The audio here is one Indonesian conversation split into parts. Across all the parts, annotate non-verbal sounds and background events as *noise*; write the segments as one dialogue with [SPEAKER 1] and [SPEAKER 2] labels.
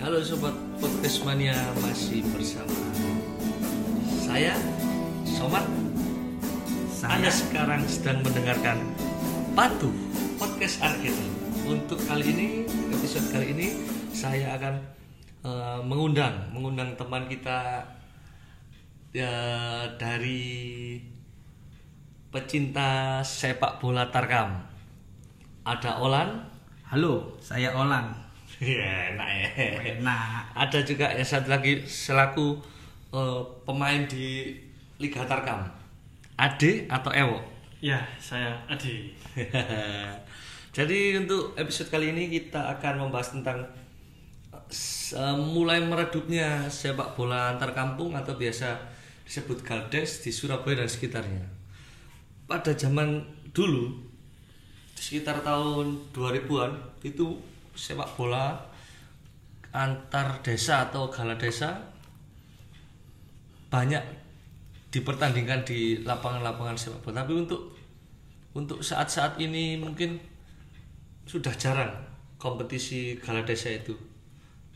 [SPEAKER 1] halo sobat podcast mania masih bersama saya Somad. Anda sekarang sedang mendengarkan Patuh Podcast Arketo. Untuk kali ini episode kali ini saya akan eh, mengundang mengundang teman kita eh, dari pecinta sepak bola tarkam. Ada Olan,
[SPEAKER 2] Halo, saya Olan.
[SPEAKER 1] *laughs* ya enak ya.
[SPEAKER 2] Nah,
[SPEAKER 1] ada juga yang satu lagi selaku eh, pemain di Liga Tarkam Ade atau Ewo
[SPEAKER 3] Ya, saya Adi.
[SPEAKER 1] *laughs* jadi untuk episode kali ini kita akan membahas tentang eh, s- eh, mulai meredupnya sepak bola antar kampung atau biasa disebut Galdes di Surabaya dan sekitarnya pada zaman dulu di sekitar tahun 2000-an itu sepak bola antar desa atau gala desa banyak dipertandingkan di lapangan-lapangan sepak bola tapi untuk untuk saat-saat ini mungkin sudah jarang kompetisi gala desa itu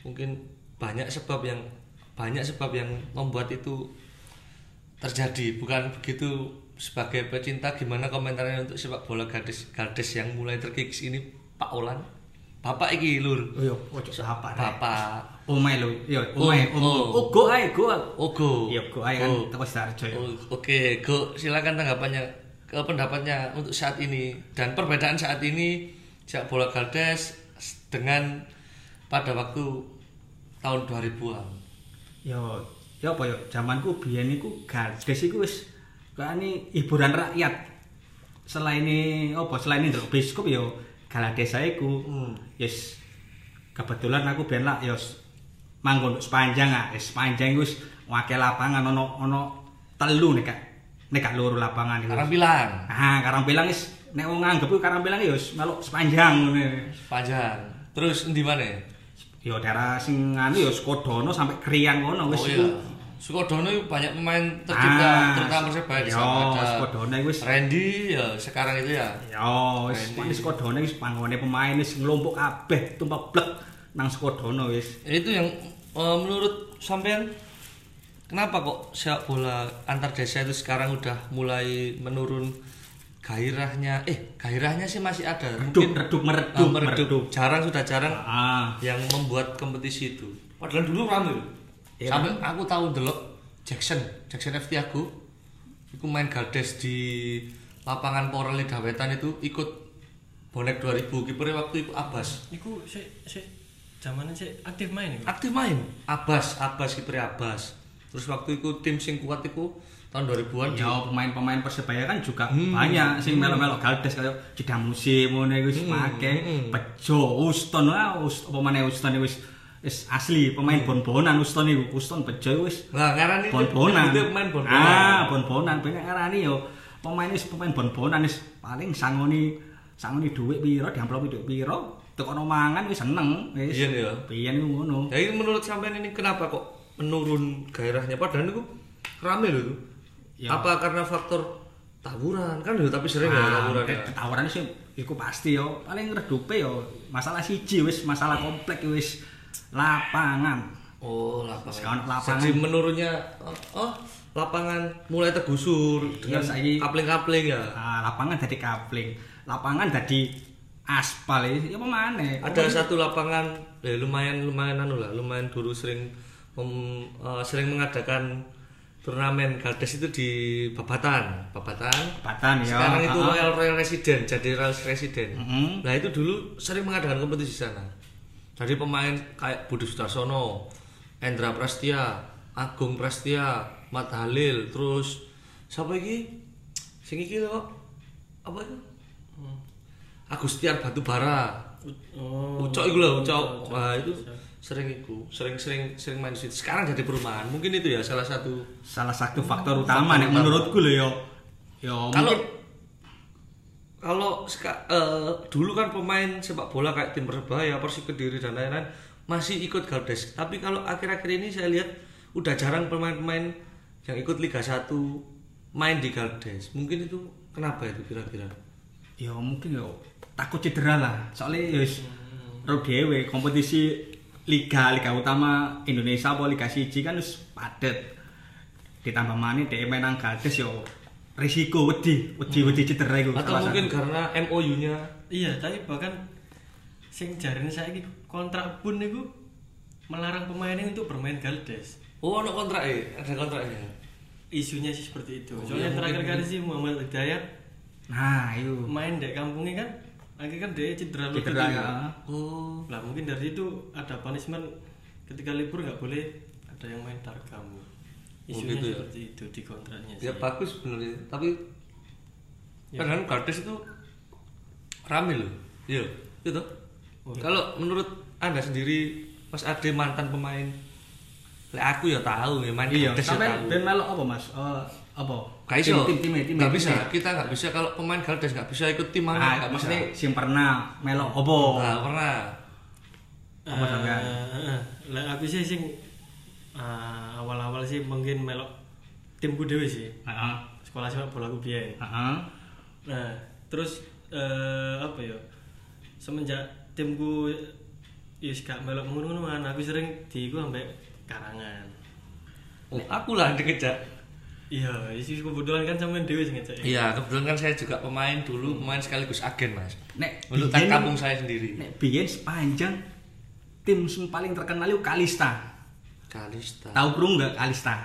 [SPEAKER 1] mungkin banyak sebab yang banyak sebab yang membuat itu terjadi bukan begitu sebagai pecinta gimana komentarnya untuk sepak bola gadis gadis yang mulai terkikis ini Pak Olan Bapak iki lur
[SPEAKER 2] yo Oh, ojo eh. sapa rek.
[SPEAKER 1] Bapak
[SPEAKER 2] Omai lo, yo omai,
[SPEAKER 1] Om,
[SPEAKER 2] om.
[SPEAKER 1] om.
[SPEAKER 2] Oh, go ae, go.
[SPEAKER 1] Ogo
[SPEAKER 2] Yo go ae kan
[SPEAKER 1] Oh.
[SPEAKER 2] teko Sidoarjo yo.
[SPEAKER 1] Oh, Oke, Go, silakan tanggapannya, ke pendapatnya untuk saat ini dan perbedaan saat ini sepak bola Galdes dengan pada waktu tahun 2000-an.
[SPEAKER 2] Yo, yo apa yo zamanku biyen niku gadis iku wis kayane hiburan rakyat. Selain ini apa selain ini ndelok biskup yo gala desa iku. Yes. Kebetulan aku biyen lak yo s- manggon sepanjang ah, yes, sepanjang iku wis wakil lapangan ono ono telu nek nek gak loro lapangan iku.
[SPEAKER 1] Sekarang bilang,
[SPEAKER 2] Ah, karang belang is nek wong nganggep ku karang belang ya wis melok sepanjang ngene.
[SPEAKER 1] panjang. Terus di mana?
[SPEAKER 2] Ya daerah sing anu ya Sukodono sampai Kriang ngono wis
[SPEAKER 1] Oh
[SPEAKER 2] iku.
[SPEAKER 1] iya. Sukodono itu banyak pemain tercipta,
[SPEAKER 2] Ah,
[SPEAKER 1] terutama Persebaya di
[SPEAKER 2] iya,
[SPEAKER 1] sana ada
[SPEAKER 2] Sukodono iku wis-
[SPEAKER 1] Randy ya sekarang itu ya.
[SPEAKER 2] Ya wis
[SPEAKER 1] Keren
[SPEAKER 2] wis Sukodono wis panggone pemain wis nglompok kabeh tumpak blek nang Sukodono wis.
[SPEAKER 1] Itu yang eh, menurut sampean kenapa kok sepak bola antar desa itu sekarang udah mulai menurun gairahnya? Eh, gairahnya sih masih ada.
[SPEAKER 2] Redup
[SPEAKER 1] Mungkin
[SPEAKER 2] redup
[SPEAKER 1] eh,
[SPEAKER 2] meredup
[SPEAKER 1] meredup.
[SPEAKER 2] meredup.
[SPEAKER 1] Jarang sudah jarang
[SPEAKER 2] Ah,
[SPEAKER 1] yang membuat kompetisi itu. kan? Padahal dulu rame loh.
[SPEAKER 2] Iya,
[SPEAKER 1] Sampai aku tahu delok Jackson, Jackson FT aku iku main Galdes di lapangan Poreli Dawetan itu ikut bonek 2000 kipernya waktu itu Abbas.
[SPEAKER 3] Iku sik sik zamane sik aktif main iku.
[SPEAKER 1] aktif main Abbas Abbas kiper Abbas terus waktu itu tim sing kuat itu tahun 2000-an
[SPEAKER 2] ya pemain-pemain Persebaya kan juga
[SPEAKER 1] Hmm.
[SPEAKER 2] banyak sing melo-melo Galdes kaya jeda musim ngene iku wis
[SPEAKER 1] Hmm.
[SPEAKER 2] pake Bejo Uston ah Ust- apa meneh Uston iku wis wis asli pemain
[SPEAKER 1] Hmm.
[SPEAKER 2] bon-bonan Uston iku Uston Bejo iku wis
[SPEAKER 1] nah karena ini
[SPEAKER 2] bon-bonan.
[SPEAKER 1] itu main bon-bonan
[SPEAKER 2] Ah, bon-bonan ben arani yo pemain wis pemain bon-bonan wis paling sangoni sangoni dhuwit pira diamplopi dhuwit pira tekono mangan wis seneng wis.
[SPEAKER 1] Iya, iya.
[SPEAKER 2] Biyen iku ngono.
[SPEAKER 1] jadi menurut sampean ini kenapa kok menurun gairahnya padahal itu rame loh itu
[SPEAKER 2] Ya.
[SPEAKER 1] apa karena faktor tawuran kan loh tapi sering ya
[SPEAKER 2] Ah,
[SPEAKER 1] tawuran ya
[SPEAKER 2] nek tawuran sih iku pasti yo paling redupe yo masalah siji wis masalah komplek wis lapangan
[SPEAKER 1] oh lapangan
[SPEAKER 2] Sekarang lapangan.
[SPEAKER 1] Saksi menurunnya oh, oh, lapangan mulai tergusur dengan
[SPEAKER 2] Iya, saiki-
[SPEAKER 1] kapling-kapling ya
[SPEAKER 2] Ah, lapangan dadi kapling lapangan dadi aspal ya apa maneh
[SPEAKER 1] ada satu lapangan eh, lumayan lumayan anu lah lumayan dulu sering mem- eh, sering mengadakan turnamen Galdes itu di Babatan Babatan
[SPEAKER 2] patan yo
[SPEAKER 1] sekarang itu
[SPEAKER 2] Ah,
[SPEAKER 1] Royal Royal Resident jadi Royal Resident
[SPEAKER 2] mm,
[SPEAKER 1] nah itu dulu sering mengadakan kompetisi di sana dari pemain kayak Budi Sudarsono Endra Prastia Agung Prastia Mat Halil terus siapa lagi sing iki lho kok. apa itu Agustiar Batubara
[SPEAKER 3] Oh.
[SPEAKER 1] Ucok iku lho, Ucok. Wah, itu sering iku, sering-sering sering main di situ. Sekarang jadi perumahan. Mungkin itu ya salah satu.
[SPEAKER 2] salah satu faktor utama nek menurutku lho yo yo
[SPEAKER 1] Hmm. Kalau
[SPEAKER 2] mungkin-
[SPEAKER 1] kalau seka- eh, dulu kan pemain sepak bola kayak tim Persebaya, Persik Kediri dan lain-lain masih ikut Galdes. Tapi kalau akhir-akhir ini saya lihat udah jarang pemain-pemain yang ikut Liga 1 main di Galdes. Mungkin itu kenapa itu kira-kira?
[SPEAKER 2] ya mungkin yo takut cedera lah soalnya yo wis ro dhewe kompetisi liga liga utama Indonesia apa liga siji kan wis padet. Ditambah maneh dhek main nang Galdes yo risiko wedi, wedi-wedi cedera iku.
[SPEAKER 1] Hmm. atau
[SPEAKER 2] salah
[SPEAKER 1] mungkin
[SPEAKER 2] satu.
[SPEAKER 1] karena MOU nya
[SPEAKER 3] Iya, tapi bahkan sing jarine saiki kontrak pun niku melarang pemainnya untuk bermain Galdes.
[SPEAKER 1] oh ada kontrak ya ada kontraknya
[SPEAKER 3] Isunya sih seperti itu. Soalnya terakhir kali sih Muhammad Hidayat
[SPEAKER 2] Nah, iyo.
[SPEAKER 3] main di kampungnya kan, akhirnya kan dia cedera lutut
[SPEAKER 2] Cedera
[SPEAKER 3] itu.
[SPEAKER 2] ya.
[SPEAKER 1] oh
[SPEAKER 3] Lah mungkin dari itu ada punishment ketika libur nggak boleh ada yang main tarkam. Isunya
[SPEAKER 1] gitu ya?
[SPEAKER 3] seperti itu di kontraknya.
[SPEAKER 1] ya
[SPEAKER 2] Iya.
[SPEAKER 3] sih.
[SPEAKER 1] bagus sebenarnya tapi
[SPEAKER 2] Ya.
[SPEAKER 1] kadang Gardes itu rame loh iya gitu
[SPEAKER 2] Oh, iya.
[SPEAKER 1] kalau menurut anda sendiri Mas Ade mantan pemain Lek aku ya tahu ya main
[SPEAKER 2] Iya,
[SPEAKER 1] Gardes ya
[SPEAKER 2] sampean
[SPEAKER 1] tahu
[SPEAKER 2] ben melok apa Mas? Eh, apa?
[SPEAKER 1] Gak iso.
[SPEAKER 2] Tim tim tim
[SPEAKER 1] Gak bisa, kita gak bisa kalau pemain Galdes gak bisa ikut tim mana,
[SPEAKER 2] Nah,
[SPEAKER 1] gak bisa.
[SPEAKER 2] maksudnya sing pernah melok apa?
[SPEAKER 1] Nah, pernah.
[SPEAKER 2] Apa sampean?
[SPEAKER 3] Eh, Lah aku sih sing eh, awal-awal sih mungkin melok timku dhewe sih.
[SPEAKER 2] Heeh.
[SPEAKER 3] Sekolah sepak bola aku biyen.
[SPEAKER 2] Heeh.
[SPEAKER 3] Nah, terus eh, apa ya? Semenjak timku wis gak melok ngono-ngonoan, aku sering diiku ambek karangan.
[SPEAKER 1] Oh, aku lah yang dikejar.
[SPEAKER 3] Iya, isi kebetulan kan sampean dhewe sing ngecek.
[SPEAKER 1] Iya, kebetulan kan saya juga pemain dulu, pemain sekaligus agen, Mas.
[SPEAKER 2] Nek
[SPEAKER 1] Untuk
[SPEAKER 2] biyen-
[SPEAKER 1] kampung saya sendiri.
[SPEAKER 2] Nek biyen sepanjang tim sing paling terkenal itu Kalista.
[SPEAKER 1] Kalista.
[SPEAKER 2] Tahu krungu nggak Kalista?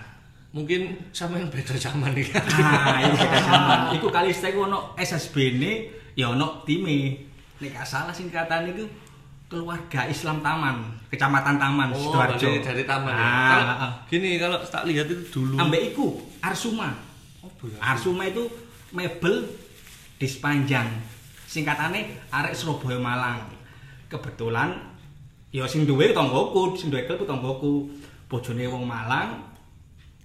[SPEAKER 1] Mungkin sama yang beda zaman nih. Ah,
[SPEAKER 2] Nah, itu beda zaman. Ah, Iku Kalista iku ono SSB-ne, ya ono time. Nek gak salah singkatan iku keluarga Islam Taman, Kecamatan
[SPEAKER 1] *laughs*
[SPEAKER 2] Taman,
[SPEAKER 1] Oh,
[SPEAKER 2] Sidoarjo.
[SPEAKER 1] dari, dari taman ya.
[SPEAKER 2] Nah,
[SPEAKER 1] Kalau- gini, kalau tak lihat itu dulu.
[SPEAKER 2] ambek iku Arsuma.
[SPEAKER 1] Oh, boleh.
[SPEAKER 2] Arsuma itu mebel di sepanjang. Singkatannya arek Surabaya Malang. Kebetulan ya sing duwe tanggoku, sing duwe klub tanggoku. Bojone wong Malang,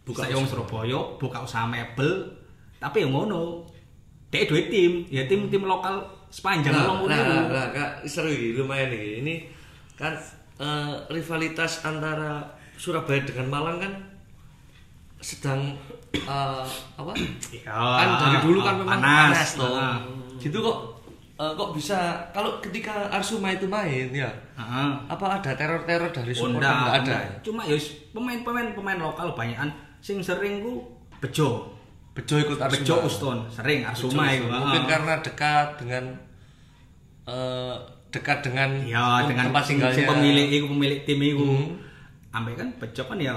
[SPEAKER 1] Buka
[SPEAKER 2] buka wong Surabaya, buka usaha mebel. Tapi ya ngono. Dek duwe tim, ya tim-tim lokal sepanjang
[SPEAKER 1] nah,
[SPEAKER 2] Malang
[SPEAKER 1] nah,
[SPEAKER 2] ngono.
[SPEAKER 1] nah, Kak, seru ini lumayan nih. Ini kan eh, rivalitas antara Surabaya dengan Malang kan sedang eh, apa?
[SPEAKER 2] Ya,
[SPEAKER 1] kan dari dulu kan memang panas, toh.
[SPEAKER 2] Heeh.
[SPEAKER 1] Gitu kok eh, kok bisa kalau ketika Arsuma itu main ya
[SPEAKER 2] Heeh.
[SPEAKER 1] apa ada teror-teror dari supporter
[SPEAKER 2] Honda
[SPEAKER 1] nggak ada ya?
[SPEAKER 2] Cuma ya wis, pemain-pemain pemain lokal banyakan sing sering ku Bejo.
[SPEAKER 1] Bejo ikut Arsuma.
[SPEAKER 2] Bejo Uston, sering Arsuma iku.
[SPEAKER 1] Mungkin
[SPEAKER 2] heeh.
[SPEAKER 1] karena dekat dengan eh, dekat Iya, dengan
[SPEAKER 2] Ya
[SPEAKER 1] tem-
[SPEAKER 2] dengan
[SPEAKER 1] tempat
[SPEAKER 2] sing,
[SPEAKER 1] tinggalnya Hmm.
[SPEAKER 2] sing pemilik iku pemilik tim iku. Ambek kan Bejo kan ya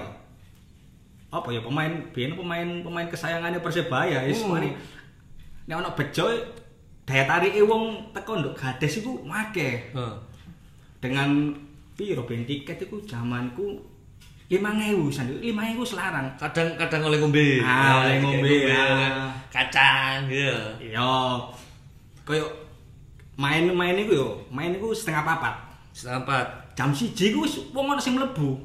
[SPEAKER 2] apa ya pemain biyen pemain pemain kesayangannya Persebaya wis
[SPEAKER 1] Hmm.
[SPEAKER 2] mari. Nek ana Bejo daya tarike wong teko nduk Gades iku akeh.
[SPEAKER 1] Heeh.
[SPEAKER 2] Dengan piro ben tiket iku zamanku 5000 sandu 5000 selarang.
[SPEAKER 1] kadang kadang oleh ngombe Nah, ya.
[SPEAKER 2] Ah, oleh
[SPEAKER 1] kayak kan.
[SPEAKER 2] ngombe, ah.
[SPEAKER 1] kacang ya
[SPEAKER 2] Iya. Kaya main-main iku yo, main iku setengah papat.
[SPEAKER 1] setempat
[SPEAKER 2] Jam 1 iku wis wong ana sing mlebu.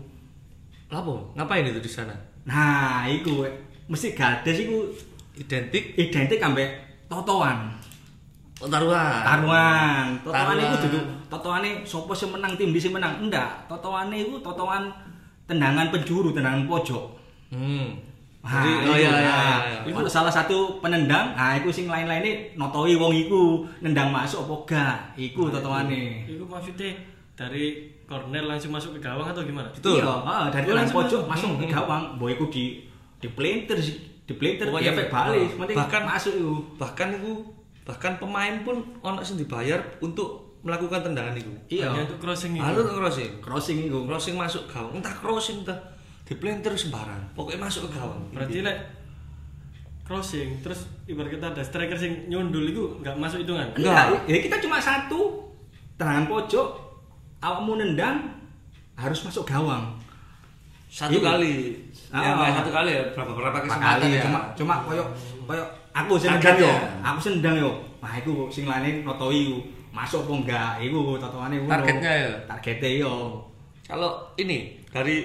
[SPEAKER 1] lapo ngapain itu di sana
[SPEAKER 2] Nah, iku wek. mesti gades iku
[SPEAKER 1] identik
[SPEAKER 2] identik ambek totoan.
[SPEAKER 1] oh, taruhan
[SPEAKER 2] Taruhan. Totoan
[SPEAKER 1] Taruhan.
[SPEAKER 2] iku dudu totoane sapa sing menang tim di sing menang. Enggak, totoane iku totoan tendangan penjuru, tendangan pojok.
[SPEAKER 1] hmm.
[SPEAKER 2] Ah,
[SPEAKER 1] Jadi, oh
[SPEAKER 2] iku,
[SPEAKER 1] ya ya,
[SPEAKER 2] nah.
[SPEAKER 1] ya.
[SPEAKER 2] Iku ada salah satu penendang, ah iku sing lain-lainnya notoi wong iku, nendang masuk apa gak, iku totoane.
[SPEAKER 3] Itu maksudnya dari corner langsung masuk ke gawang atau gimana?
[SPEAKER 1] Betul. Hmm,
[SPEAKER 2] Iya, heeh, dari
[SPEAKER 3] Iya,
[SPEAKER 2] dalam
[SPEAKER 3] langsung
[SPEAKER 2] pojok masuk
[SPEAKER 3] masuk.
[SPEAKER 2] ke gawang, mbok iku di diplintir diplintir
[SPEAKER 1] Pokoknya
[SPEAKER 2] diefek
[SPEAKER 1] iya.
[SPEAKER 2] balik,
[SPEAKER 1] Ah,
[SPEAKER 2] penting
[SPEAKER 1] bahkan-
[SPEAKER 2] masuk iku.
[SPEAKER 1] bahkan itu bahkan pemain pun ono sing dibayar untuk melakukan tendangan itu
[SPEAKER 2] Iya.
[SPEAKER 3] Hanya untuk crossing itu.
[SPEAKER 1] lalu crossing
[SPEAKER 2] Crossing iku.
[SPEAKER 1] crossing masuk gawang entah crossing entah diplintir sembarang pokoknya masuk ke gawang
[SPEAKER 3] Berarti lek crossing terus ibarat kita ada striker sing nyundul itu nggak masuk hitungan.
[SPEAKER 1] Enggak.
[SPEAKER 2] Enggak, ya kita cuma satu. Tendangan pojok, awakmu nendang harus masuk gawang.
[SPEAKER 1] satu
[SPEAKER 2] Iya.
[SPEAKER 1] kali ya
[SPEAKER 2] Ah.
[SPEAKER 1] nggak satu kali ya berapa berapa
[SPEAKER 2] Empat
[SPEAKER 1] kesempatan
[SPEAKER 2] kali
[SPEAKER 1] ya
[SPEAKER 2] cuma cuma koyo koyo aku sing
[SPEAKER 1] Target
[SPEAKER 2] nendang yo,
[SPEAKER 1] ya?
[SPEAKER 2] aku sing nendang yo. Nah, iku sing lane notoi iku. Masuk apa enggak? Iku totoane ngono.
[SPEAKER 1] Targetnya ya?
[SPEAKER 2] Targete yo.
[SPEAKER 1] kalau ini dari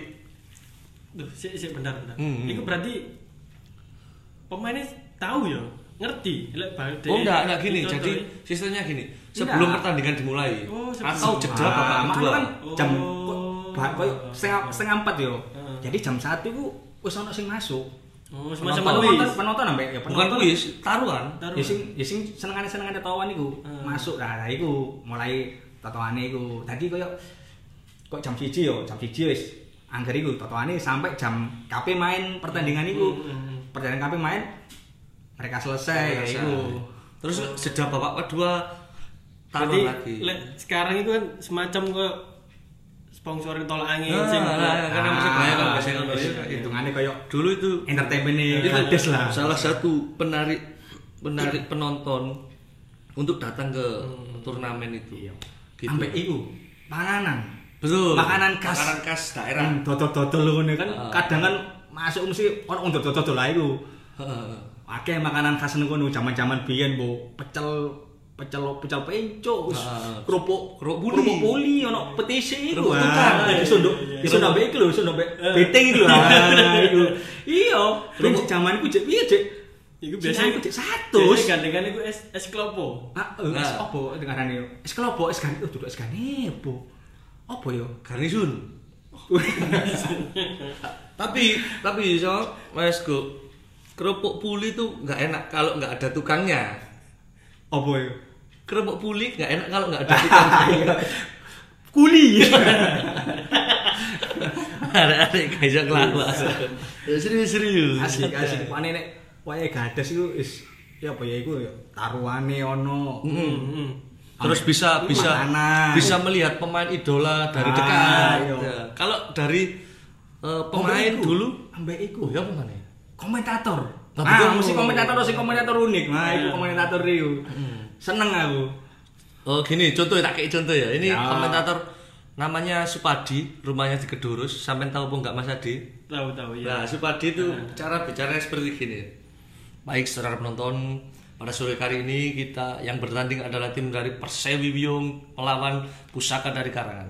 [SPEAKER 3] Duh, sik sik bentar bentar.
[SPEAKER 1] Hmm, hmm.
[SPEAKER 3] Itu berarti pemainnya tahu ya, ngerti lek bal
[SPEAKER 1] Oh enggak, enggak gini.
[SPEAKER 3] dicontohi.
[SPEAKER 1] Jadi sistemnya gini. Sebelum
[SPEAKER 2] Enggak.
[SPEAKER 1] pertandingan dimulai
[SPEAKER 3] Oh, sebelum.
[SPEAKER 1] atau jeda
[SPEAKER 2] Nah,
[SPEAKER 1] babak
[SPEAKER 2] makanya
[SPEAKER 1] kedua.
[SPEAKER 2] kan jam
[SPEAKER 3] Oh.
[SPEAKER 2] bah- koyo setengah setengah empat yo.
[SPEAKER 3] Heeh.
[SPEAKER 2] Jadi jam 1 iku wis ono sing masuk.
[SPEAKER 3] oh semacam
[SPEAKER 2] Penonton,
[SPEAKER 1] Eh,
[SPEAKER 3] kuis.
[SPEAKER 2] penonton, penonton ambek ya
[SPEAKER 1] Bukan
[SPEAKER 2] penonton.
[SPEAKER 1] kuis, taruhan.
[SPEAKER 3] Taruhan.
[SPEAKER 2] Ya sing ya sing senengane-senengane tatoan iku
[SPEAKER 3] Hmm.
[SPEAKER 2] masuk lah nah, iku mulai tatoane iku. Tadi koyo kok jam siji yo jam siji wis angger iku totoane sampai jam KP main pertandingan iku
[SPEAKER 1] Hmm,
[SPEAKER 2] pertandingan KP main mereka selesai ya
[SPEAKER 1] Selesai.
[SPEAKER 2] iku
[SPEAKER 1] Terus jeda babak kedua
[SPEAKER 3] Jadi
[SPEAKER 1] taruh lagi.
[SPEAKER 3] lek sekarang itu kan semacam kok sponsorin tolak angin
[SPEAKER 1] Ah,
[SPEAKER 3] sing Ah,
[SPEAKER 1] lah, karena masih banyak kan biasanya kalau
[SPEAKER 2] wis,
[SPEAKER 3] gitu.
[SPEAKER 1] iya.
[SPEAKER 2] hitungane koyo
[SPEAKER 1] Dulu itu
[SPEAKER 2] entertainment
[SPEAKER 1] itu
[SPEAKER 2] kades lah
[SPEAKER 1] Iya, kan. salah satu penarik penarik penonton untuk datang ke turnamen itu.
[SPEAKER 2] Iya.
[SPEAKER 1] Gitu.
[SPEAKER 2] sampai iku panganan
[SPEAKER 1] Betul.
[SPEAKER 2] Makanan khas.
[SPEAKER 1] Makanan khas daerah.
[SPEAKER 2] Hmm, dodol-dodol ngono kan
[SPEAKER 1] Ah.
[SPEAKER 2] kadang kan masuk mesti ono dodol-dodol lah iku
[SPEAKER 1] Heeh.
[SPEAKER 2] akeh makanan khas nang kono jaman-jaman biyen bu pecel pecel pecel penco us,
[SPEAKER 1] Ah.
[SPEAKER 2] kerupuk
[SPEAKER 1] Kerupuk puli.
[SPEAKER 2] kerupuk puli ono petisi iku
[SPEAKER 1] Kerupuk
[SPEAKER 2] ah,
[SPEAKER 1] tukang.
[SPEAKER 2] iso nduk iso ndambek iku lho iso ndambek beteng iku lho ah, iku iya kerupuk jaman iku jek piye jek
[SPEAKER 3] Iku
[SPEAKER 2] Sisane
[SPEAKER 3] biasanya kan-
[SPEAKER 2] iku jek 100
[SPEAKER 3] gandengan iku es es klopo.
[SPEAKER 2] ah eh, es
[SPEAKER 1] Nah.
[SPEAKER 2] opo dengarane yo es kelopo es gan oh duduk es gane opo opo yo
[SPEAKER 1] Garnisun. *laughs* tapi tapi so Mas Go kerupuk puli tuh nggak enak kalau nggak ada tukangnya.
[SPEAKER 2] opo yo
[SPEAKER 1] Kerupuk puli nggak enak kalau nggak ada tukangnya. *laughs*
[SPEAKER 2] *laughs* kuli
[SPEAKER 1] Arek-arek gak iso kelawas. Ya serius serius.
[SPEAKER 2] asik asik pane nek wayahe gades iku is ya apa ya iku ya taruhane ono
[SPEAKER 3] Hmm.
[SPEAKER 1] Terus bisa
[SPEAKER 2] Ini
[SPEAKER 1] bisa
[SPEAKER 2] makanan.
[SPEAKER 1] bisa melihat pemain idola dari
[SPEAKER 2] Ah,
[SPEAKER 1] dekat.
[SPEAKER 2] iya.
[SPEAKER 1] Ya. Kalau dari eh, pemain
[SPEAKER 2] Ambek iku,
[SPEAKER 1] dulu,
[SPEAKER 2] ambek iku
[SPEAKER 1] oh ya pemain. ya?
[SPEAKER 2] komentator
[SPEAKER 1] Nah,
[SPEAKER 2] nah
[SPEAKER 1] betul.
[SPEAKER 2] mesti komentator sing komentator unik nah iku komentator iku seneng aku
[SPEAKER 1] Oh gini, contoh tak kayak contoh ya. Ini
[SPEAKER 2] Ya.
[SPEAKER 1] komentator namanya Supadi, rumahnya di Kedurus. Sampai tahu apa enggak Mas Adi?
[SPEAKER 3] Tahu tahu
[SPEAKER 1] Nah,
[SPEAKER 3] ya.
[SPEAKER 1] Supadi itu cara bicaranya seperti gini. Baik saudara penonton, pada sore kali ini kita yang bertanding adalah tim dari Persewi Wiyung melawan Pusaka dari Karangan.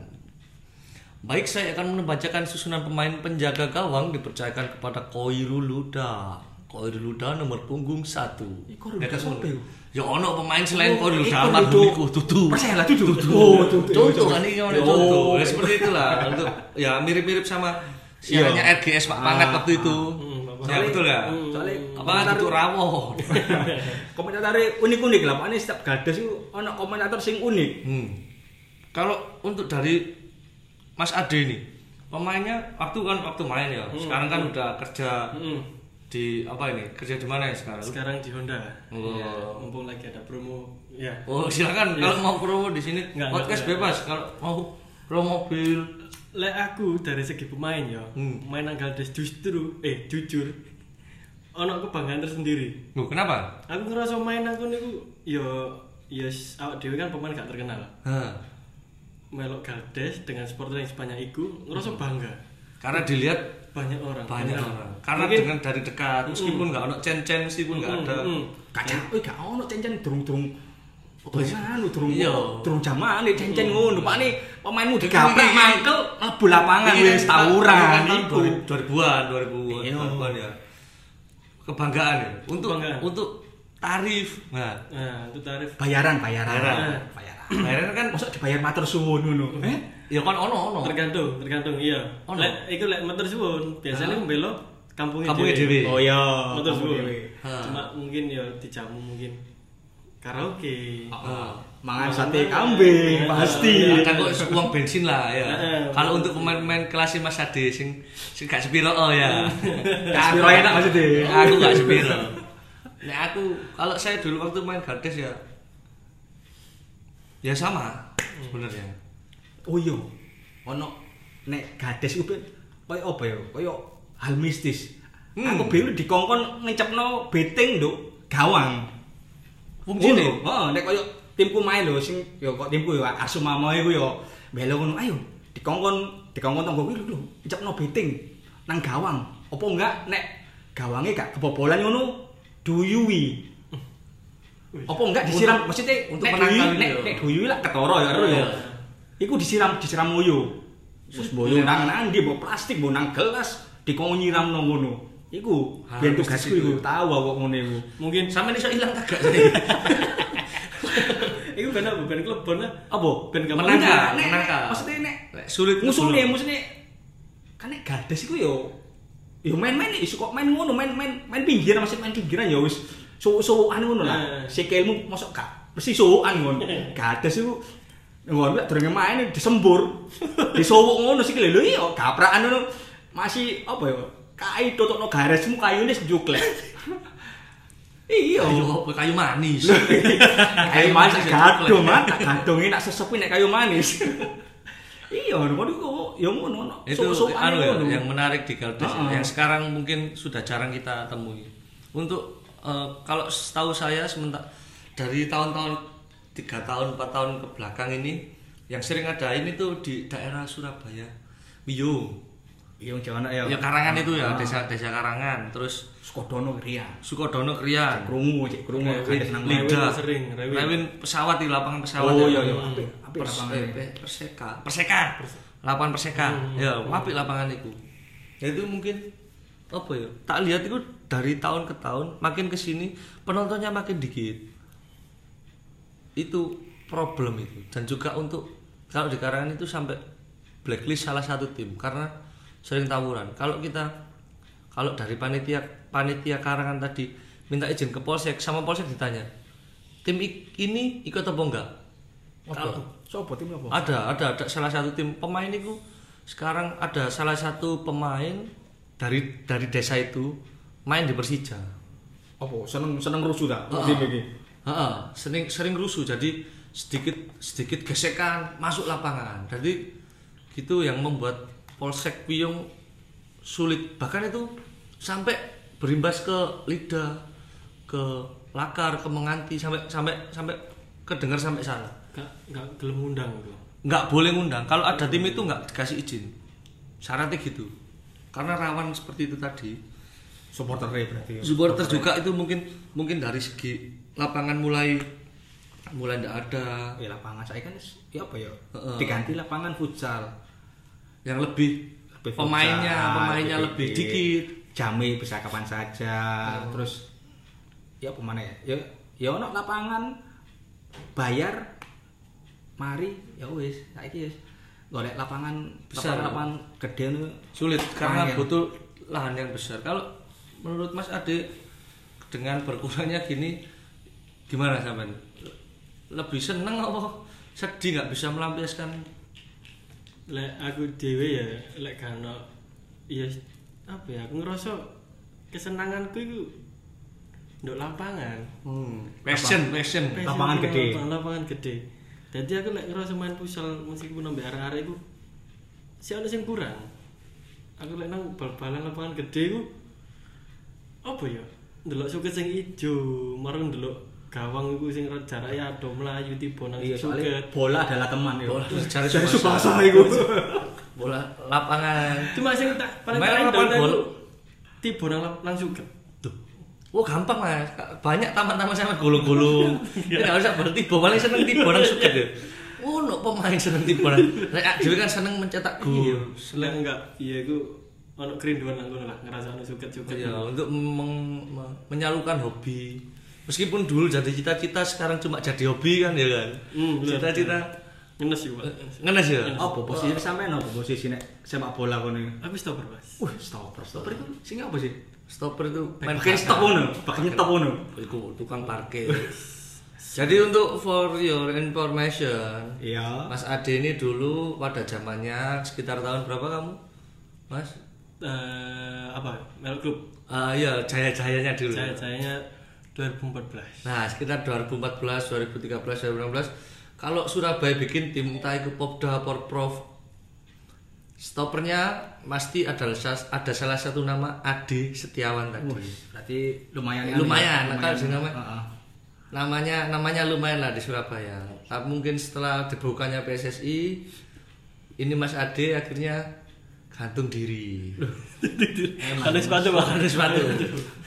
[SPEAKER 1] Baik, saya akan membacakan susunan pemain penjaga gawang dipercayakan kepada Koiruluda. Koiruluda nomor punggung 1.
[SPEAKER 2] Koiruluda siapa itu?
[SPEAKER 1] Ya ono pemain selain Koiruluda
[SPEAKER 2] Iku
[SPEAKER 1] almarhum
[SPEAKER 2] duduk.
[SPEAKER 1] iku Dudu.
[SPEAKER 2] Percaya *laughs* lah, Dudu.
[SPEAKER 1] Dudu.
[SPEAKER 2] Oh, Dudu.
[SPEAKER 1] Contoh kan ini
[SPEAKER 2] Oh.
[SPEAKER 1] contoh. Ya, seperti itulah untuk ya mirip-mirip sama siarannya RGS Pak Pangat waktu itu. Ya betul ya.
[SPEAKER 2] soalnya
[SPEAKER 1] Apa itu rawo?
[SPEAKER 2] komentator unik-unik lah pane setiap gades iku ono komentator sing unik
[SPEAKER 1] Hmm. Kalau untuk dari Mas Ade ini pemainnya waktu kan waktu main ya. Sekarang kan udah kerja
[SPEAKER 3] Hmm.
[SPEAKER 1] di apa ini? Kerja di mana ya sekarang?
[SPEAKER 3] Sekarang di Honda.
[SPEAKER 1] Oh.
[SPEAKER 3] Ya, mumpung lagi ada promo. Ya.
[SPEAKER 1] Oh silakan kalau mau promo di sini
[SPEAKER 3] Nggak,
[SPEAKER 1] podcast
[SPEAKER 3] nggak,
[SPEAKER 1] bebas. Kalau mau promo mobil
[SPEAKER 3] Lek aku dari segi pemain ya,
[SPEAKER 1] Hmm.
[SPEAKER 3] main nang Galdes justru eh jujur ono kebanggaan tersendiri.
[SPEAKER 1] Loh, kenapa?
[SPEAKER 3] Aku ngerasa main aku niku ya ya s- awak dhewe kan pemain gak terkenal.
[SPEAKER 1] Hah.
[SPEAKER 3] Melok Galdes dengan supporter yang sebanyak iku ngerasa bangga.
[SPEAKER 1] Karena dilihat
[SPEAKER 3] Banyak orang.
[SPEAKER 1] Hmm. banyak
[SPEAKER 3] Bener.
[SPEAKER 1] orang. Karena
[SPEAKER 3] Mungkin- Hmm,
[SPEAKER 1] dengan dari dekat meskipun nggak ada cen-cen meskipun nggak
[SPEAKER 3] Mm,
[SPEAKER 1] ada.
[SPEAKER 3] mm.
[SPEAKER 2] kadang eh gak ono cencen durung-durung Anu durung
[SPEAKER 1] Iya.
[SPEAKER 2] durung jamane cencen ngono pane pemainmu
[SPEAKER 1] Iki-
[SPEAKER 2] digaprak
[SPEAKER 1] iki-
[SPEAKER 2] mangkel mlebu lapangan
[SPEAKER 1] Ini
[SPEAKER 2] wis tawuran
[SPEAKER 1] tahun
[SPEAKER 2] iku
[SPEAKER 1] 2000-an, 2000-an,
[SPEAKER 2] Iya.
[SPEAKER 1] 2000-an ya. Kebanggaan ya. Untuk
[SPEAKER 3] Kebanggaan.
[SPEAKER 1] untuk tarif. Nah,
[SPEAKER 3] Nah, itu tarif.
[SPEAKER 2] bayaran bayaran
[SPEAKER 1] Bayaran.
[SPEAKER 2] bayaran
[SPEAKER 1] akhirnya kan
[SPEAKER 2] Masa dibayar matur suwun ngono. Eh?
[SPEAKER 1] ya kan ono ono.
[SPEAKER 3] Tergantung, tergantung iya.
[SPEAKER 1] Oh, no. Ah.
[SPEAKER 3] Lek iku lek meter suwun, biasanya mbelo kampungnya
[SPEAKER 1] Kampungnya dhewe.
[SPEAKER 2] Oh iya.
[SPEAKER 3] Meter
[SPEAKER 2] kamu
[SPEAKER 3] suwun.
[SPEAKER 2] dhewe.
[SPEAKER 1] Ha.
[SPEAKER 3] Cuma mungkin ya dijamu mungkin karaoke.
[SPEAKER 1] Ah.
[SPEAKER 2] Heeh. Mangan
[SPEAKER 3] Mangan
[SPEAKER 2] sate
[SPEAKER 3] mangan.
[SPEAKER 2] kambing pasti.
[SPEAKER 1] Ya, kan kok uang bensin lah ya.
[SPEAKER 3] Heeh.
[SPEAKER 1] Kalau untuk pemain-pemain kelas Mas Ade sing sing gak sepiro oh ya.
[SPEAKER 2] Gak sepiro enak maksudnya.
[SPEAKER 1] Aku gak sepiro. Nek aku kalau saya dulu waktu main Gades ya ya sama sebenarnya.
[SPEAKER 2] Oh iya. Ono nek gades ku koyo apa ya? Koyo hal mistis.
[SPEAKER 1] Hmm.
[SPEAKER 2] Aku biru dikongkon ngecepno beteng nduk gawang.
[SPEAKER 1] Fungsinya?
[SPEAKER 2] Ngono. Heeh, nek koyo timku main lho sing ya kok timku ya Asumamo iku ya melo ngono ayo dikongkon dikongkon tonggo kuwi lho ngecepno beteng nang gawang. Apa enggak nek gawange gak kebobolan ngono duyui. Apa enggak disiram
[SPEAKER 1] Untuk-
[SPEAKER 2] maksudnya
[SPEAKER 1] untuk
[SPEAKER 2] nek
[SPEAKER 1] menangkal
[SPEAKER 2] duyui-
[SPEAKER 1] gitu
[SPEAKER 2] nek
[SPEAKER 1] ya.
[SPEAKER 2] nek duyui lah ketara ya karo ya.
[SPEAKER 1] Iya.
[SPEAKER 2] Iku disiram disiram moyo. Terus boyo nang ndi mbok plastik mbok nang gelas dikon nyiram nang ngono. Iku
[SPEAKER 1] Harus
[SPEAKER 2] biyen tugasku
[SPEAKER 1] di situ.
[SPEAKER 2] iku tahu aku kok ngene iku.
[SPEAKER 3] Mungkin
[SPEAKER 1] Sama ini iso ilang tak gak
[SPEAKER 2] *laughs*
[SPEAKER 1] sih?
[SPEAKER 3] *laughs* iku ben apa ben klebon lah.
[SPEAKER 2] Apa?
[SPEAKER 3] Ben gak
[SPEAKER 1] Menangkal,
[SPEAKER 2] Enggak, nek-
[SPEAKER 1] menangkal.
[SPEAKER 2] nek- Maksudnya nek
[SPEAKER 1] Nek sulit
[SPEAKER 2] musuhnya
[SPEAKER 1] musuh.
[SPEAKER 2] musuhnya kan nek gades iku yo yo main-main nek iso kok main ngono, main main main pinggiran maksud main pinggiran ya wis suwuk-suwukan ngono lah.
[SPEAKER 3] Eh.
[SPEAKER 2] Sikilmu mosok gak mesti suwukan ngono. Gades iku Ngono lek durunge main disembur. Disowok ngono sik lho iya gaprakan ngono. Masih apa ya? Kai tutupno garesmu kayune
[SPEAKER 1] *laughs*
[SPEAKER 2] njuklek. Iya.
[SPEAKER 1] kayu apa oh, kayu manis
[SPEAKER 2] kayu manis
[SPEAKER 1] sing coklat.
[SPEAKER 2] gadung man tak gadungi nak sesepi nek kayu manis *laughs* iya ngono kok oh, ya ngono no.
[SPEAKER 1] itu anu
[SPEAKER 2] Sok-sokan
[SPEAKER 1] ya,
[SPEAKER 2] ngono.
[SPEAKER 1] yang menarik di Galdes ya,
[SPEAKER 2] Heeh.
[SPEAKER 1] yang sekarang mungkin sudah jarang kita temui untuk eh, kalau setahu saya sementara dari tahun-tahun tiga tahun empat tahun ke belakang ini yang sering ada ini tuh di daerah Surabaya Wiyung
[SPEAKER 2] iya jawa anak ya
[SPEAKER 1] ya Karangan itu ya desa desa Karangan terus
[SPEAKER 2] Skodono Ria
[SPEAKER 1] Sukodono Krian
[SPEAKER 2] krungu cek krungu
[SPEAKER 1] Rewin,
[SPEAKER 2] kaya seneng
[SPEAKER 3] Lidah.
[SPEAKER 2] main.
[SPEAKER 1] Lidah,
[SPEAKER 3] sering, Rewin.
[SPEAKER 1] Rewin pesawat di lapangan pesawat.
[SPEAKER 2] Oh,
[SPEAKER 1] ya.
[SPEAKER 2] iya, iya,
[SPEAKER 1] Hmm.
[SPEAKER 2] apik, apik
[SPEAKER 1] Pers-
[SPEAKER 2] lapangan
[SPEAKER 1] eh, eh, perseka, perseka, lapangan perseka. Ya, apik lapangan itu. Hmm, Ya itu mungkin apa ya? Tak lihat itu dari tahun ke tahun makin kesini penontonnya makin dikit. Itu problem itu dan juga untuk kalau di Karangan itu sampai blacklist salah satu tim karena sering tawuran. Kalau kita kalau dari panitia panitia Karangan tadi minta izin ke polsek sama polsek ditanya tim ik- ini ikut apa enggak?
[SPEAKER 2] apa sopo tim apa
[SPEAKER 1] Ada, ada, ada salah satu tim pemain itu sekarang ada salah satu pemain dari dari desa itu main di Persija.
[SPEAKER 2] apa seneng seneng rusuh ta tim iki
[SPEAKER 1] Heeh, sering sering rusuh jadi sedikit sedikit gesekan masuk lapangan. Jadi gitu yang membuat Polsek Piyung sulit. Bahkan itu sampai berimbas ke lidah, ke lakar, ke menganti sampai sampai sampai kedengar sampai sana.
[SPEAKER 3] Gak gak gelem ngundang gitu.
[SPEAKER 1] nggak boleh ngundang kalau ada tim itu nggak dikasih izin syaratnya gitu karena rawan seperti itu tadi
[SPEAKER 2] supporter Ria berarti ya.
[SPEAKER 1] supporter juga itu mungkin mungkin dari segi lapangan mulai mulai nggak ada
[SPEAKER 2] ya lapangan saya kan ya apa ya
[SPEAKER 1] Heeh.
[SPEAKER 2] diganti lapangan futsal
[SPEAKER 1] yang lebih,
[SPEAKER 2] Lebih futsal,
[SPEAKER 1] pemainnya pemainnya lebih dikit Ah, Nah,
[SPEAKER 2] jami bisa kapan saja terus ya apa mana ya ya ya ono lapangan bayar mari ya wis saiki wis golek lapangan
[SPEAKER 1] Besar.
[SPEAKER 2] lapangan, lapangan gede nu
[SPEAKER 1] sulit karena
[SPEAKER 2] Angin.
[SPEAKER 1] butuh lahan yang besar kalau menurut Mas Ade dengan berkurangnya gini gimana sampean lebih seneng apa sedih nggak bisa melampiaskan
[SPEAKER 3] Lek aku dhewe ya lek gak ono ya apa ya aku ngerasa kesenanganku itu nduk lapangan.
[SPEAKER 1] hmm. passion passion
[SPEAKER 3] Passion
[SPEAKER 2] Lapangan
[SPEAKER 3] ku
[SPEAKER 2] gede.
[SPEAKER 3] Lapangan, lapangan gede. Jadi aku lek ngerasa main futsal meskipun nambah arah-arah iku si ono sing kurang. Aku lek nang bal-balan lapangan gede iku apa ya? Ndelok suket sing ijo, marung ndelok gawang iku sing jarake adoh mlayu tiba nang
[SPEAKER 2] iya soalnya
[SPEAKER 3] suket.
[SPEAKER 2] bola adalah teman ya
[SPEAKER 1] Bola
[SPEAKER 2] cari
[SPEAKER 1] cari
[SPEAKER 2] subasa
[SPEAKER 1] subasa.
[SPEAKER 2] iku
[SPEAKER 1] bola lapangan
[SPEAKER 3] Cuma sing tak paling
[SPEAKER 1] Main
[SPEAKER 3] paling
[SPEAKER 1] lapangan
[SPEAKER 3] dolen
[SPEAKER 1] bola.
[SPEAKER 3] iku tiba nang lap- nang suket.
[SPEAKER 1] Tuh. Oh gampang mas, banyak taman-taman sama gulung-gulung. Ini nggak usah berhenti, bawa paling seneng tiba orang suka deh. Oh, no pemain seneng tiba orang. Nah, dewi kan seneng mencetak gol.
[SPEAKER 3] Lek enggak, iya iku ono kerinduan nang kono lah, ngrasakno suket-suket.
[SPEAKER 1] Ya, untuk meng- me- menyalurkan hobi. Meskipun dulu jadi cita-cita, sekarang cuma jadi hobi kan ya kan.
[SPEAKER 3] Hmm, bener.
[SPEAKER 1] Cita-cita
[SPEAKER 3] Ngenes iku, Pak.
[SPEAKER 1] ngenes ya.
[SPEAKER 2] apa posisi sampean apa posisi nek sepak bola kono
[SPEAKER 3] Aku stopper, Mas.
[SPEAKER 2] Wih, stopper, stopper itu sing apa sih?
[SPEAKER 1] Stopper itu main
[SPEAKER 2] Pakai stop ngono, pakai nyetop ngono.
[SPEAKER 1] Iku tukang parkir. jadi untuk for your information,
[SPEAKER 2] Iya.
[SPEAKER 1] Mas Ade ini dulu pada zamannya sekitar tahun berapa kamu? Mas?
[SPEAKER 3] Eh apa? Mel Club.
[SPEAKER 1] Ah, iya, jaya-jayanya dulu.
[SPEAKER 3] Jaya-jayanya 2014.
[SPEAKER 1] Nah, sekitar 2014, 2013, 2016 kalau Surabaya bikin tim entah itu Popda, Porprov stopernya pasti ada, sas- ada salah satu nama Ade Setiawan tadi.
[SPEAKER 2] iya. Berarti lumayan
[SPEAKER 1] lumayan, kan sih namanya.
[SPEAKER 2] Heeh.
[SPEAKER 1] namanya namanya lumayan lah di Surabaya. Tapi mungkin setelah dibukanya PSSI, ini Mas Ade akhirnya gantung diri.
[SPEAKER 3] Ada sepatu, Pak.
[SPEAKER 1] *laughs* Gantung *laughs* sepatu.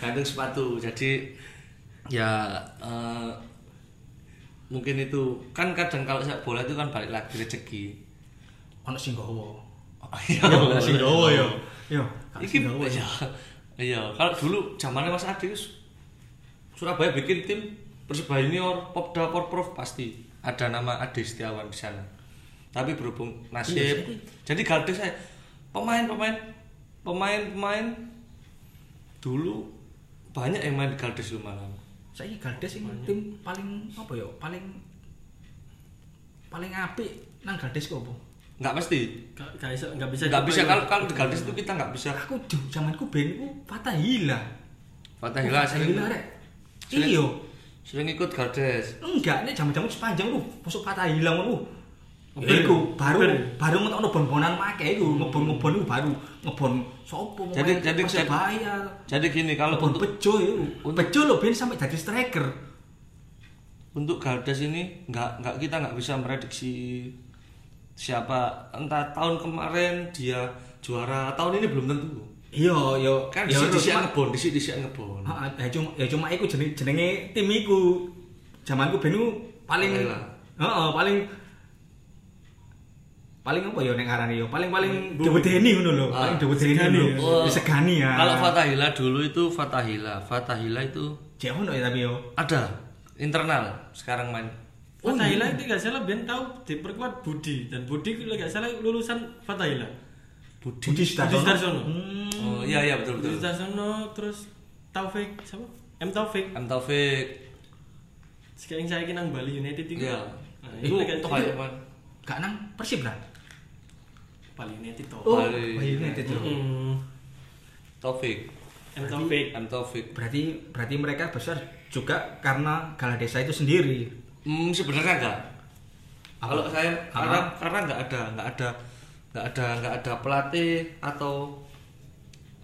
[SPEAKER 1] Gantung sepatu. Jadi ya eh, mungkin itu kan kadang kalau sepak bola itu kan balik lagi rezeki.
[SPEAKER 2] Ono sing
[SPEAKER 1] *laughs*
[SPEAKER 2] gowo.
[SPEAKER 1] Iya,
[SPEAKER 2] yo. Yo,
[SPEAKER 1] Iki iya. Iya, kalau dulu zamannya Mas Adi Surabaya bikin tim Persebaya Junior, Popda Korprov pasti ada nama Adi Setiawan di sana. Tapi berhubung nasib. Iya, Jadi Galdes saya pemain-pemain pemain-pemain dulu banyak yang main di Galdes Lumalang.
[SPEAKER 2] saiki Galdes sing tim paling apa yo? Paling ya? paling apik nang Galdes ku apa?
[SPEAKER 1] nggak mesti
[SPEAKER 3] Gak, gak bisa gak bisa
[SPEAKER 1] nggak bisa
[SPEAKER 3] dibayar.
[SPEAKER 1] kalau kalau di Galdes itu ya. kita nggak bisa
[SPEAKER 2] Aku dulu zamanku ben ku Fatahila.
[SPEAKER 1] Fatahila sering
[SPEAKER 2] Fatahila rek.
[SPEAKER 1] sering-
[SPEAKER 2] Iya.
[SPEAKER 1] sering ikut Galdes
[SPEAKER 2] Enggak, nek jaman-jaman sepanjang ku masuk Fatahila ngono.
[SPEAKER 1] Oh,
[SPEAKER 2] ku.
[SPEAKER 3] Iya.
[SPEAKER 2] Iku baru
[SPEAKER 3] Ben.
[SPEAKER 2] baru ngetokno bon-bonan make iku, ngebon-ngebon iku baru ngebon sopo
[SPEAKER 1] Jadi- jadi- jadi-
[SPEAKER 2] bayar.
[SPEAKER 1] jadi gini kalau
[SPEAKER 2] Ngebon
[SPEAKER 1] untuk
[SPEAKER 2] bejo iku. Bejo lho ben sampai jadi striker.
[SPEAKER 1] untuk Galdes ini nggak nggak kita nggak bisa merediksi siapa entah tahun kemarin dia juara tahun ini belum tentu
[SPEAKER 2] Iya, yo
[SPEAKER 1] kan di sini ngebon di sini ngebon
[SPEAKER 2] Ah, ah, ya cuma ya cuma iku jeneng jenenge tim iku. Jamanku ben iku paling
[SPEAKER 1] Paling lah.
[SPEAKER 2] Heeh, paling paling apa ya nek arane ya paling paling diwedeni ngono lho,
[SPEAKER 1] Ah,
[SPEAKER 2] paling diwedeni
[SPEAKER 3] segani
[SPEAKER 2] lho.
[SPEAKER 3] ya.
[SPEAKER 1] Oh.
[SPEAKER 2] Segani ya.
[SPEAKER 1] kalau Fatahila dulu itu Fatahila Fatahila itu
[SPEAKER 2] Jek ono ya tapi yo.
[SPEAKER 1] ada internal sekarang main
[SPEAKER 3] Fatahila Oh, itu gak salah Ben tahu diperkuat Budi dan Budi kalau gak salah lulusan Fatahila
[SPEAKER 1] Budi
[SPEAKER 2] Budi
[SPEAKER 3] Budi
[SPEAKER 2] Sudarsono.
[SPEAKER 3] Sudarsono
[SPEAKER 1] oh iya iya betul
[SPEAKER 3] Budi
[SPEAKER 1] betul
[SPEAKER 3] Sudarsono terus Taufik siapa M Taufik
[SPEAKER 1] M Taufik
[SPEAKER 3] sekarang saya kira nang Bali United itu
[SPEAKER 1] Iya.
[SPEAKER 3] nah, itu
[SPEAKER 1] itu
[SPEAKER 3] gak
[SPEAKER 1] toh ya
[SPEAKER 3] salah
[SPEAKER 1] man
[SPEAKER 2] Gak nang Persib lah.
[SPEAKER 3] Bali United toh
[SPEAKER 1] Oh. Bali.
[SPEAKER 2] Bali United lho.
[SPEAKER 3] Mm.
[SPEAKER 1] Taufik
[SPEAKER 3] M Taufik
[SPEAKER 1] M Taufik
[SPEAKER 2] Berarti berarti mereka besar juga karena Galadesa itu sendiri.
[SPEAKER 1] hmm, sebenarnya enggak
[SPEAKER 2] Apa?
[SPEAKER 1] kalau saya
[SPEAKER 2] Apa?
[SPEAKER 1] karena karena enggak ada enggak ada enggak ada enggak ada pelatih atau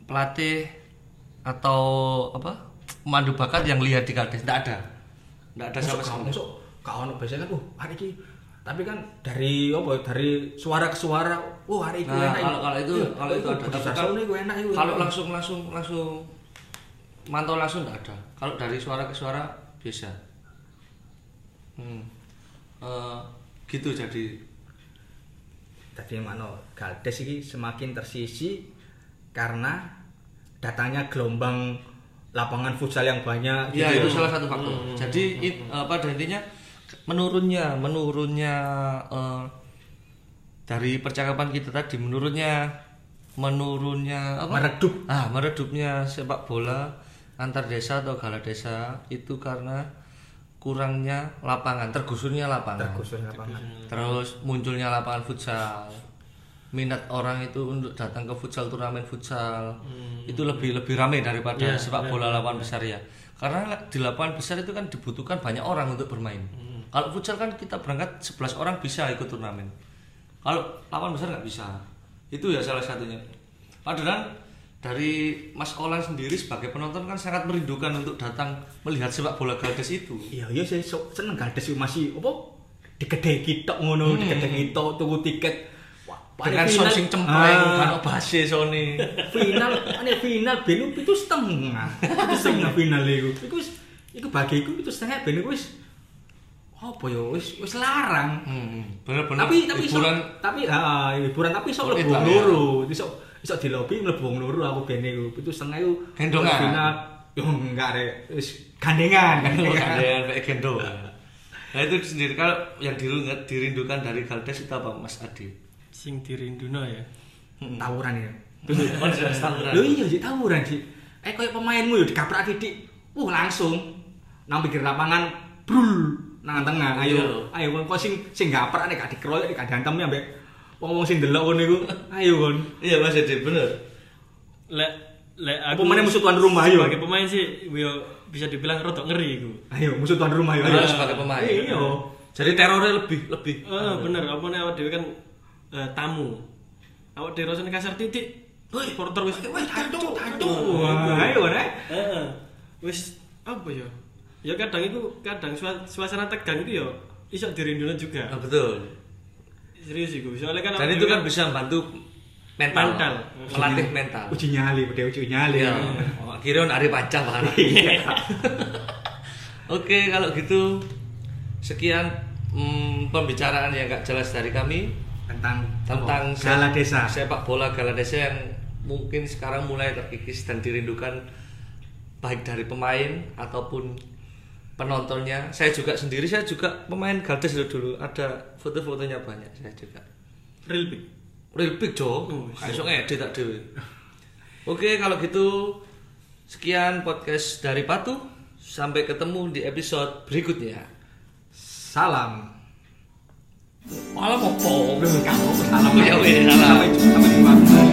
[SPEAKER 1] pelatih atau apa pemandu bakat yang lihat di Galdes enggak ada enggak ada sama sekali
[SPEAKER 2] masuk gak ono biasanya kan uh hari ini tapi kan dari apa dari suara ke suara uh hari ini
[SPEAKER 1] Nah,
[SPEAKER 2] enak
[SPEAKER 1] kalau kalau itu
[SPEAKER 2] Iya,
[SPEAKER 1] kalau itu ada
[SPEAKER 2] Budi
[SPEAKER 1] tapi
[SPEAKER 2] Sastrono
[SPEAKER 1] kalau,
[SPEAKER 2] itu enak itu
[SPEAKER 1] kalau langsung langsung langsung mantau langsung nggak ada. Kalau dari suara ke suara biasa. Hmm. Eh, gitu jadi
[SPEAKER 2] tadi mana Galdes ini semakin tersisi karena datangnya gelombang lapangan futsal yang banyak
[SPEAKER 1] ya itu
[SPEAKER 2] gitu.
[SPEAKER 1] salah satu faktor. Jadi it- eh, pada intinya menurunnya menurunnya eh, dari percakapan kita tadi menurunnya menurunnya apa?
[SPEAKER 2] meredup
[SPEAKER 1] Ah, meredupnya sepak bola antar desa atau gala desa itu karena kurangnya lapangan, tergusurnya lapangan.
[SPEAKER 2] tergusur lapangan
[SPEAKER 1] Terus munculnya lapangan futsal. Minat orang itu untuk datang ke futsal turnamen futsal
[SPEAKER 2] Hmm.
[SPEAKER 1] itu lebih lebih ramai daripada
[SPEAKER 2] Iya,
[SPEAKER 1] sepak bola lapangan besar ya. Karena di lapangan besar itu kan dibutuhkan banyak orang untuk bermain.
[SPEAKER 2] Hmm.
[SPEAKER 1] Kalau futsal kan kita berangkat 11 orang bisa ikut turnamen. Kalau lapangan besar nggak bisa. Itu ya salah satunya. Padahal dari Mas Olan sendiri sebagai penonton kan sangat merindukan untuk datang melihat sepak bola Galdes itu.
[SPEAKER 2] iya iya sih so- seneng Galdes itu masih apa digedhe kitok ngono digedhe kitok tuku tiket Wah,
[SPEAKER 1] Hmm. Dengan
[SPEAKER 2] final-
[SPEAKER 1] sound sing cempreng,
[SPEAKER 2] Ah.
[SPEAKER 1] kan obase sone.
[SPEAKER 2] *laughs* final ane final benu itu setengah itu setengah final itu itu wis itu bagiku itu setengah benu wis apa ya wis wis larang
[SPEAKER 1] Hmm, bener-bener.
[SPEAKER 2] tapi tapi
[SPEAKER 1] *laughs*
[SPEAKER 2] iso-
[SPEAKER 1] hiburan
[SPEAKER 2] tapi ah hiburan tapi iso mlebu
[SPEAKER 1] Itali, ya.
[SPEAKER 2] loro iso iso di lobby mlebu wong loro aku ben iku itu setengah itu
[SPEAKER 1] Gendongan.
[SPEAKER 2] final yo enggak rek wis gandengan
[SPEAKER 1] Iya.
[SPEAKER 2] gandengan
[SPEAKER 1] kalian kayak gendong. Nah itu sendiri kalau yang dirindu- dirindukan dari Galdes itu apa Mas Adi?
[SPEAKER 3] sing dirinduno ya
[SPEAKER 2] *laughs* tawuran ya
[SPEAKER 1] Oh, sudah standar.
[SPEAKER 2] lho iya sih tawuran sih eh kayak pemainmu ya digaprak titik uh langsung nang pinggir lapangan brul nang tengah ayo ayo kon kok sing sing gaprak nek gak dikeroyok nek gak diantem ya mbek wong-wong sing delok ngono *laughs* iku ayo kon
[SPEAKER 1] Iya Mas Adi bener.
[SPEAKER 3] lek lek aku
[SPEAKER 2] Pemainnya musuh tuan rumah, yuk.
[SPEAKER 3] sebagai pemain sih yo bisa dibilang rotok ngeri iku
[SPEAKER 2] ayo musuh tuan rumah ayo
[SPEAKER 1] Bener sebagai pemain.
[SPEAKER 2] iya
[SPEAKER 1] Jadi terornya lebih lebih.
[SPEAKER 3] Eh bener, apa nih awak dhewe kan eh, tamu. Awak dhewe rasane kasar titik. Hoi, porter wis
[SPEAKER 2] wes tatu tatu Wah, ayo kon eh
[SPEAKER 3] Heeh. Wis apa ya? Ya kadang itu kadang sua- suasana tegang itu ya iso dirinduno juga.
[SPEAKER 1] Nah, betul.
[SPEAKER 3] Serius iku. Soalnya kan
[SPEAKER 1] Dan
[SPEAKER 3] awak
[SPEAKER 1] itu
[SPEAKER 3] dhewe
[SPEAKER 1] kan bisa membantu mental,
[SPEAKER 3] Mental.
[SPEAKER 1] melatih mental.
[SPEAKER 2] uji nyali beda uji nyali
[SPEAKER 1] Iya. Oh, Akhirnya on Ari Pancah bahkan. *laughs* Oke, kalau gitu sekian mm, pembicaraan yang gak jelas dari kami
[SPEAKER 2] tentang
[SPEAKER 1] tentang
[SPEAKER 3] Oh,
[SPEAKER 2] apa? gala desa
[SPEAKER 1] sepak bola gala desa yang mungkin sekarang mulai terkikis dan dirindukan baik dari pemain ataupun penontonnya. Saya juga sendiri saya juga pemain Galdes dulu, dulu. Ada foto-fotonya banyak saya juga.
[SPEAKER 3] real big.
[SPEAKER 1] Real big jo.
[SPEAKER 3] Oh,
[SPEAKER 1] Besok ngedit tak dhewe. Oke, kalau gitu sekian podcast dari Patu. Sampai ketemu di episode berikutnya.
[SPEAKER 2] salam
[SPEAKER 1] Malah mau
[SPEAKER 2] Belum kamu salam
[SPEAKER 1] Ya wis, salam.
[SPEAKER 2] Iya, Sampai jumpa. Sampai jumpa.
[SPEAKER 1] Ya.